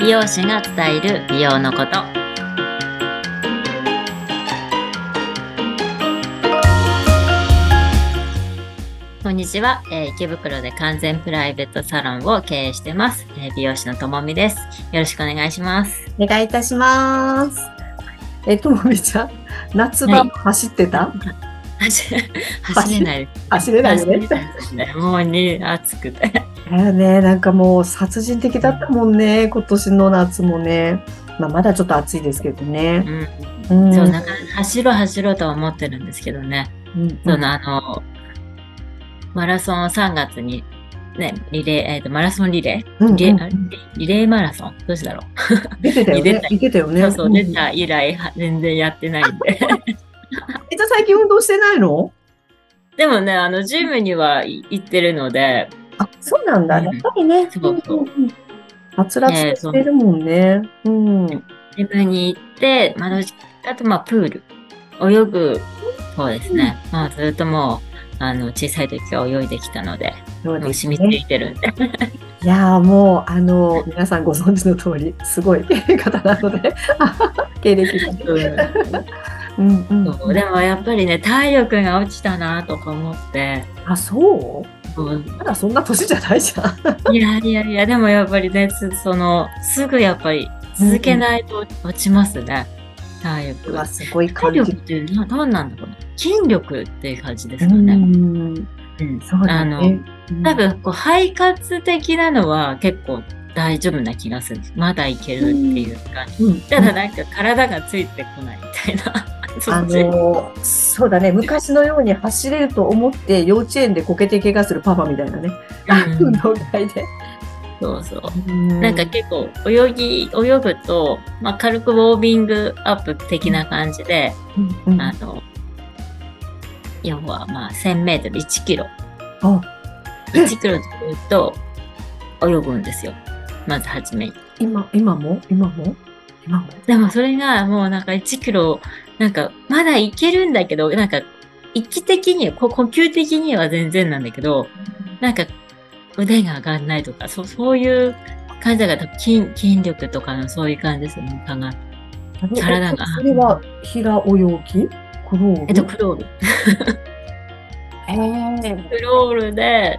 美容師が伝える美容のことこんにちは、えー池袋で完全プライベートサロンを経営してます、えー美容師のともみですよろしくお願いし ますお願いいたします。え、ともみちゃん、夏場も走ってた、走走れないです走れないよ走れね。ないですねもうに暑くてだよね、なんかもう殺人的だったもんね、今年の夏もね。まあ、まだちょっと暑いですけどね。うんうんそうなかなか走ろう走ろうとは思ってるんですけどね、うんそのあのマラソンを3月に、ね、リレー、えーとマラソンリレー、うんうんリレーあリレーマラソンどうしたろ出てたよ出ねた。出てたよう、ね。そうそう出んた以来は全然やってないんで え、じゃあ最近運動してないのでもねあのジムにはい行ってるのであ、そうなんだ。うんやっぱりね。そうそうんんん。はつらつとしてるもんね。うん。ジムに行って、まあ、どっちあとまあプール泳ぐそうですね、まあ、ずっともうあの小さい時から泳いできたのでそうもうです染みねつ。いてるんで、いやーもうあの皆さんご存知の通りすごい 方なので 経歴がね。うんうんうんそうでもやっぱりね体力が落ちたなとか思ってあそうそうまだそんな年じゃないじゃん。いやいやいやでもやっぱりねつそのすぐやっぱり続けないと落ちますね、体力うがわ。すごい体感じ力っ。てなどうなんだろうな筋力っていう感じですうかね。んうんそうだあのね。うん多分こう肺活的なのは結構大丈夫な気がするまだいけるっていう感じ、うんただなんか体がついてこないみたいな そあっちのそうだね昔のように走れると思って幼稚園でこけて怪我するパパみたいなね、うん 運動会で。そうそうななんか結構泳ぎ泳ぐと、まあ、軽くウォーミングアップ的な感じで、うんあの要はまあ 1000m1 キロあえ1キロずっと泳ぐんですよまず初めに今今も今も今もでもそれがもうなんか1キロなんかまだいけるんだけどなんか息的にこ呼吸的には全然なんだけどなんか腕が上がんないとかそうそういう感じだから筋筋力とかのそういう感じですよね考え体がそれは平泳ぎクロールえっと、クロール。へークロールで、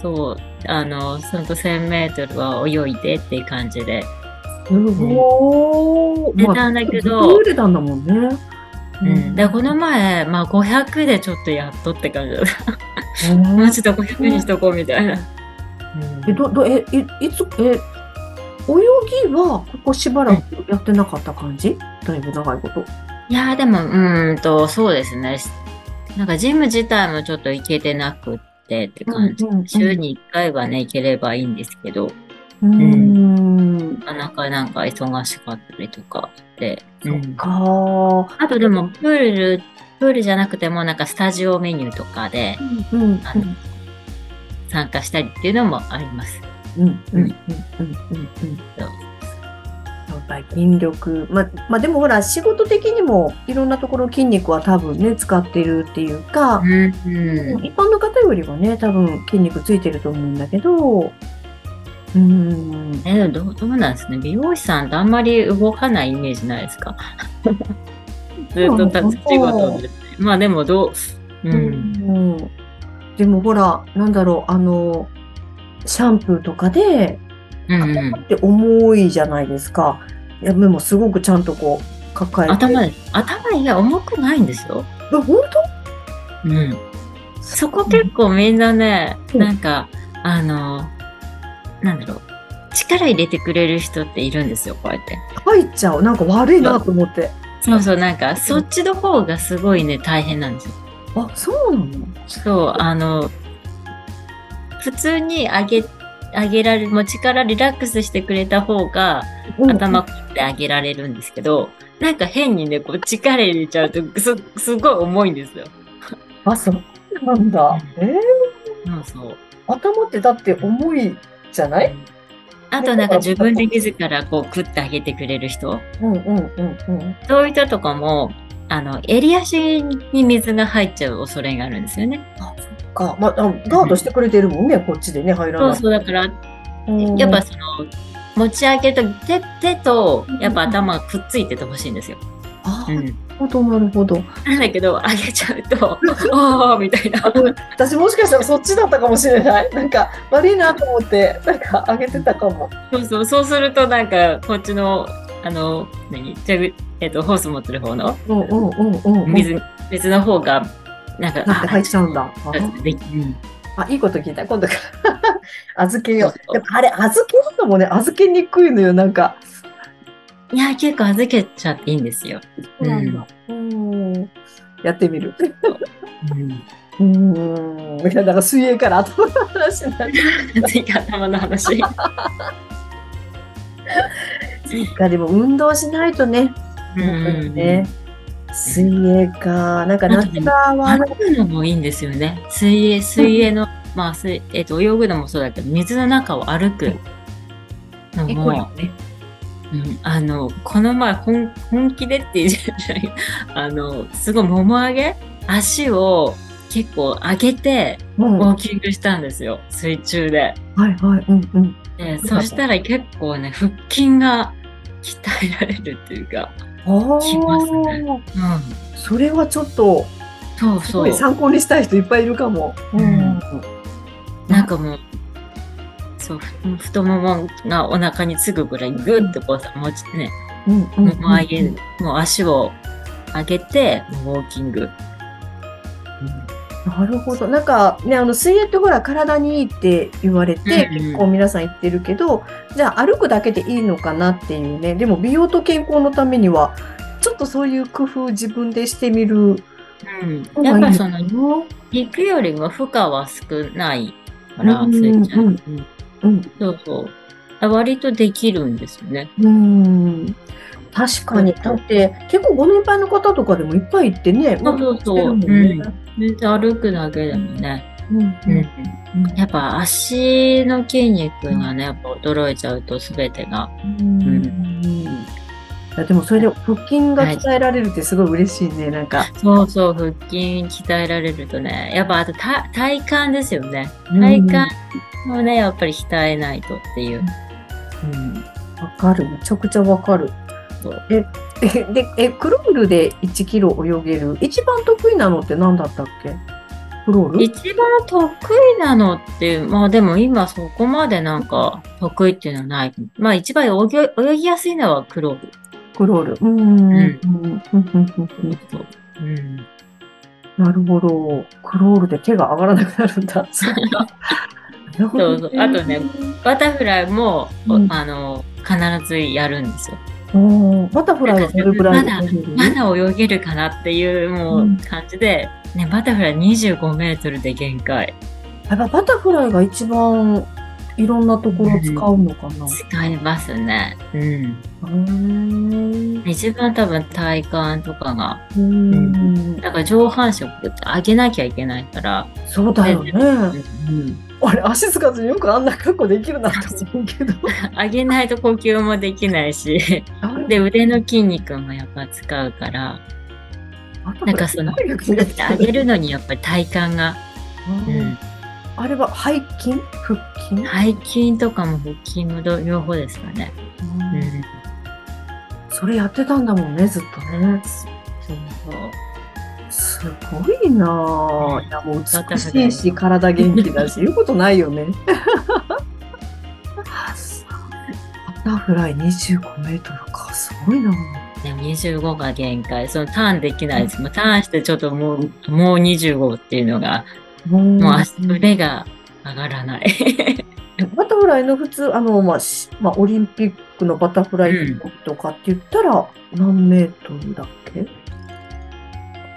そう、あの、その1000メートルは泳いでっていう感じで。すご出い。たんだけどまあずっと泳いでたんだもんね。うん。で、この前、まあ500でちょっとやっとって感じだった。へーもうちょっと500にしとこうみたいな。え、ど、ど、え、い、いつ、え、泳ぎはここしばらくやってなかった感じだいぶ長いこと。いやーでも、うーんと、そうですね。なんかジム自体もちょっと行けてなくってって感じ。うんうんうん週に1回はね、行ければいいんですけど、うーなん。かなかなんか忙しかったりとかで。うそっんかー。あとでも、プール、プールじゃなくても、なんかスタジオメニューとかでうん。うん。あの参加したりっていうのもあります。うん。うん。うん。うん。うん。うん。そうだ筋力。ま、まあ、でもほら、仕事的にもいろんなところ筋肉は多分ね、使ってるっていうか、うん、うん。一般の方よりはね多分筋肉ついてると思うんだけどうーんえ、どう、どうなんですね。美容師さんってあんまり動かないイメージないです かずっと立ち仕事で。まあでも、どう、う。うんん、でもほらなんだろうあのシャンプーとかでうん、頭うん。って重いじゃないですか、いやでもすごくちゃんとこう抱えて頭です。頭いや、重くないんですよ。え本うん。そこ結構みんなね、うんなんか、あの、なんだろう。力入れてくれる人っているんですよ、こうやって。当入っちゃうなんか悪いなと思ってそうそう、なんか、そっちの方がすごいね、大変なんですよ。あそうなのそう、 あの、普通に上げ、上げられ、もう力リラックスしてくれた方が、うん頭振って上げられるんですけど、なんか変にね、こう力入れちゃうと、す、すごい重いんですよ。あそうなんだえーそうそう。頭ってだって重いじゃないあとなんか自分で自らこう食ってあげてくれる人うんうんうんうんそういう人とかも、あの、襟足に水が入っちゃう恐れがあるんですよね。か、まあ、あガードしてくれてるもんね、こっちでね、入らそうない。そう、だから、うんやっぱその、持ち上げると手、手とうん、やっぱ頭がくっついててほしいんですよ。あう。ー、なんるほど、なるほど。なんだけど、上げちゃうと、おーみたいな。私もしかしたらそっちだったかもしれない。なんか悪いなと思って、なんか上げてたかも。そうそう、そうするとなんか、こっちの、あの、何蛇口えっと、ホース持ってる方のうんうんうんうん。水、水の方が、なんか、だって入っちゃうんだ。あでうんあ、いいこと聞いた。今度から。 預けよそうそうう。やっぱあれ、預けるのもね、預けにくいのよ、なんか。いや、結構預けちゃっていいんですよ。うなんだうんやってみる。 うん。うーん。いや、だから水泳から後の話に なる。次、頭の話。そっか、でも運動しないとね。うね。水泳か。なんか夏場はね、歩くのもいいんですよね。水泳、水泳の、まあ、水えっ、と、泳ぐのもそうだけど、水の中を歩くのエコよも、ね。うん、あの、この前、本本気でって言うじゃない、 あの、すごい、もも上げ足を結構上げて、うん。ウォはーキングしたんですよ。水中で。いはい。うんうん。でそうだそしたら結構ね、腹筋が鍛えられるっていうか、ああ。きますねうん。それはちょっと、そうすそ。ごいう参考にしたい人いっぱいいるかも。うんうんなんかもう、そう、ふ太ももがお腹につくぐらいぐっとこうさ、持ちね、うんうんもも上げ、もう足を上げて、ウォーキング。なるほど。なんかね、あの水泳ってほら体にいいって言われて、うんうん結構皆さん言ってるけど、じゃあ歩くだけでいいのかなっていうね。でも美容と健康のためには、ちょっとそういう工夫自分でしてみるうん。やっぱその、の陸よりも負荷は少ないから、うんそれじゃ、うんうんうん、そうそう。あ割とできるんですよね。うん。確かに。うんだって、結構ご年配の方とかでもいっぱい行ってね。そうそうそうしてるもんね全然歩くだけでもね。うんうんやっぱ足の筋肉がね、やっぱ衰えちゃうと全てが。うんいやでもそれで腹筋が鍛えられるってすごい嬉しいね。なんか。そうそう、腹筋鍛えられるとね、やっぱあとた体幹ですよね。体幹もね、やっぱり鍛えないとっていう。うん。わかる。めちゃくちゃわかるそう。え、えで、え、クロールで1キロ泳げる。一番得意なのって何だったっけクロール一番得意なのって、まあでも今そこまでなんか得意っていうのはない。まあ一番泳ぎ泳ぎやすいのはクロール。クロール。うーん。うんうんうんうんうん。うんなるほど。クロールで手が上がらなくなる んだ。そっかなるほどそうそうあとねバタフライも、うんあの、必ずやるんですよ。おーバタフライはどれぐらいなん泳げるまだ泳げるかなっていうもうんう感じで、ね、バタフライ25メートルで限界。やっぱバタフライが一番いろんなところを使うのかな。使いますね。うん。う一番多分体幹とかが、ーん。だから上半身を上げなきゃいけないから、そうだよね。うん、あれ足つかずによくあんな格好できるなって思うけど。上げないと呼吸もできないし、で、腕の筋肉もやっぱ使うから、なんかその上げるのにやっぱり体幹が、うん、あれは背筋腹筋、背筋とかも腹筋も両方ですかね。うんそれやってたんだもんねずっとねそうそうすごいなあいやもう美しいしバ体元気だし言うことないよねバタフライ25メートルかすごいなでも25が限界。そのターンできないです。もうターンしてちょっともう、もう25っていうのが、もう足腕が上がらない。 バタフライの普通、あの、まあ、しまあ、オリンピックのバタフライとかって言ったら、何メートルだっけ、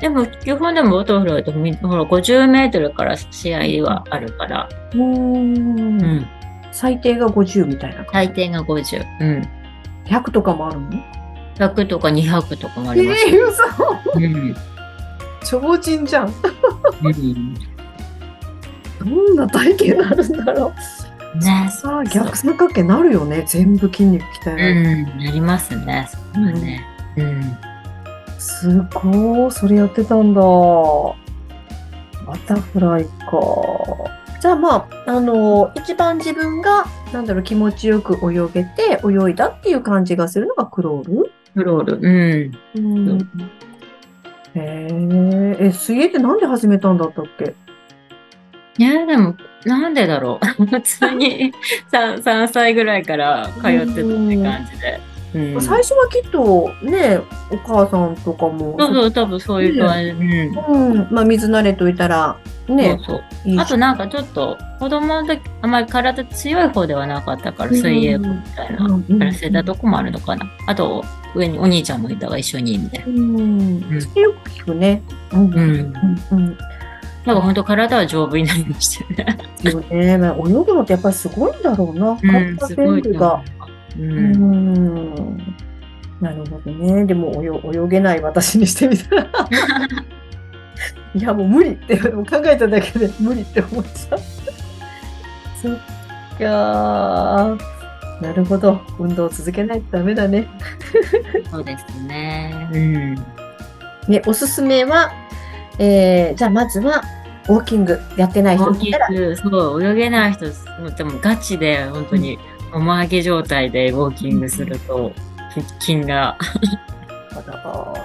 でも基本でもバタフライとみほら50メートルから試合はあるから、うんうん、最低が50みたいな感最じ。低が50、うん、 100とかもあるの100とか200とかもあえります。えー、嘘うん超人じゃん。うんどんな体型になるんだろねう。、さあ、逆三角形なるよね。全部筋肉鍛えらうれる。ん、なりますね。そこはね、うん、すごい、それやってたんだ。バタフライか。じゃあまあ、あの、一番自分が、なんだろう、気持ちよく泳げて、泳いだっていう感じがするのがクロールクロール。うん。うんんへえ、え、水泳ってなんで始めたんだったっけいや、でも、なんでだろう。 普通に 3, 3歳ぐらいから通ってたって感じで。うん。最初はきっとね、お母さんとかも、そうそう、多分そういう感じ。うん。うん、まあ水慣れといたら、ね、そうそう。いいしあとなんかちょっと、子供の時、あまり体強い方ではなかったから、水泳部みたいな。うんうんやらせたとこもあるのかな。あと、上にお兄ちゃんもいたが一緒に、みたいな。うん、んそれよく聞くね。うん、う、うんん。うん。なんか本当体は丈夫になりましたよね。よね、まあ、泳ぐのってやっぱりすごいんだろうな、うん、体すご全いと部思うが。。う。うんん、なるほどね。でも泳泳げない私にしてみたら。いやもう無理ってでも考えただけで無理って思っちゃう。そっかー。なるほど。運動を続けないとダメだね。そうですね。うん。ね、おすすめは、えー、じゃあまずは、ウォーキングやってない人大だっきたら、く、そう、泳げない人、もうでもガチで、本当に、おま上げ状態でウォーキングすると、腹筋が、あの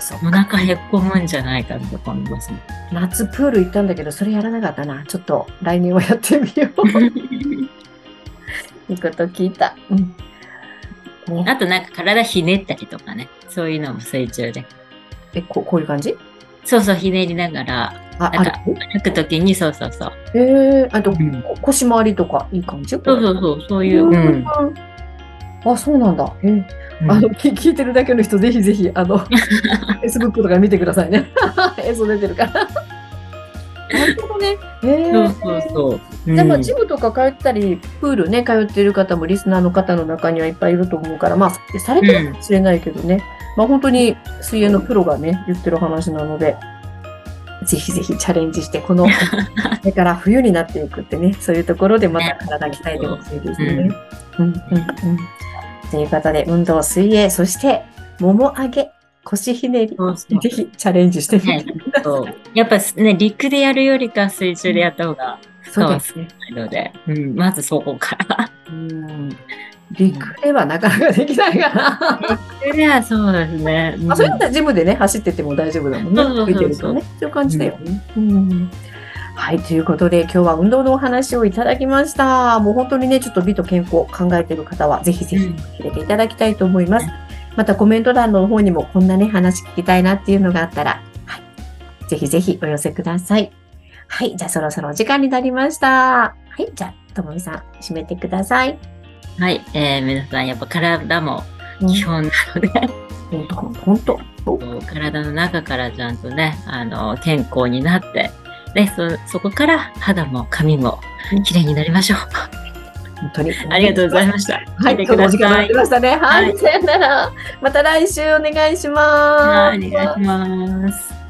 そうお腹へっこむんじゃないかって思いますね。夏プール行ったんだけど、それやらなかったな。ちょっと来年はやってみよ う。いいこと聞いた。うん。ね、あとなんか体ひねったりとかね、そういうのも水中で。えここういう感じそうそう、ひねりながら、あ、なんあか歩くときに、そうそうそう。るえー、あと、うんこ腰回りとかいい感じそうそうう。そう、そうこいう。うんん。あ、そうなんだ。えーうんあのき聞いてるだけの人、ぜひぜひ、あの、フェイスブックとか見てくださいね。 映像出てるから。なるほどね。えそうー、そうそう。でもうんジムとか通ったり、プールね、通ってる方もリスナーの方の中にはいっぱいいると思うから、まあ、されてるかもしれないけどね、まあ本当に水泳のプロがね、言ってる話なので、ぜひぜひチャレンジして、こ の、これから冬になっていくってね、そういうところでまた体鍛えてほしいですね。うんうんうん。ということで、運動、水泳、そして、もも上げ、腰ひねり、そうそうぜひチャレンジしてみてください。そうやっぱね、陸でやるよりか水中でやった方がそうですね。いいので、うん、まずそこから。うん陸ではなかなかできないから。それはそうですね。うんまあ、そういうのはジムでね、走ってても大丈夫だもんね。そうそうそう歩いてるとね。そういう感じだよね。うんはい。ということで、今日は運動のお話をいただきました。もう本当にね、ちょっと美と健康考えてる方は、ぜひぜひ入れていただきたいと思います。うんまたコメント欄の方にも、こんなね、話聞きたいなっていうのがあったら、はい、ぜひぜひお寄せください。はい。じゃあ、そろそろお時間になりました。はい。じゃあ、ともみさん、締めてください。はい、えー皆さん、やっぱ体も基本なので、本当本当体の中からちゃんとね、あの、健康になって、で、そ、そこから肌も髪も綺麗になりましょう。本当に。ありがとうございました。は聞い、いてく今日もおだ時間さになりい。ましたね。は、はいいさよなら。また来週お願いします。はい、お願いします。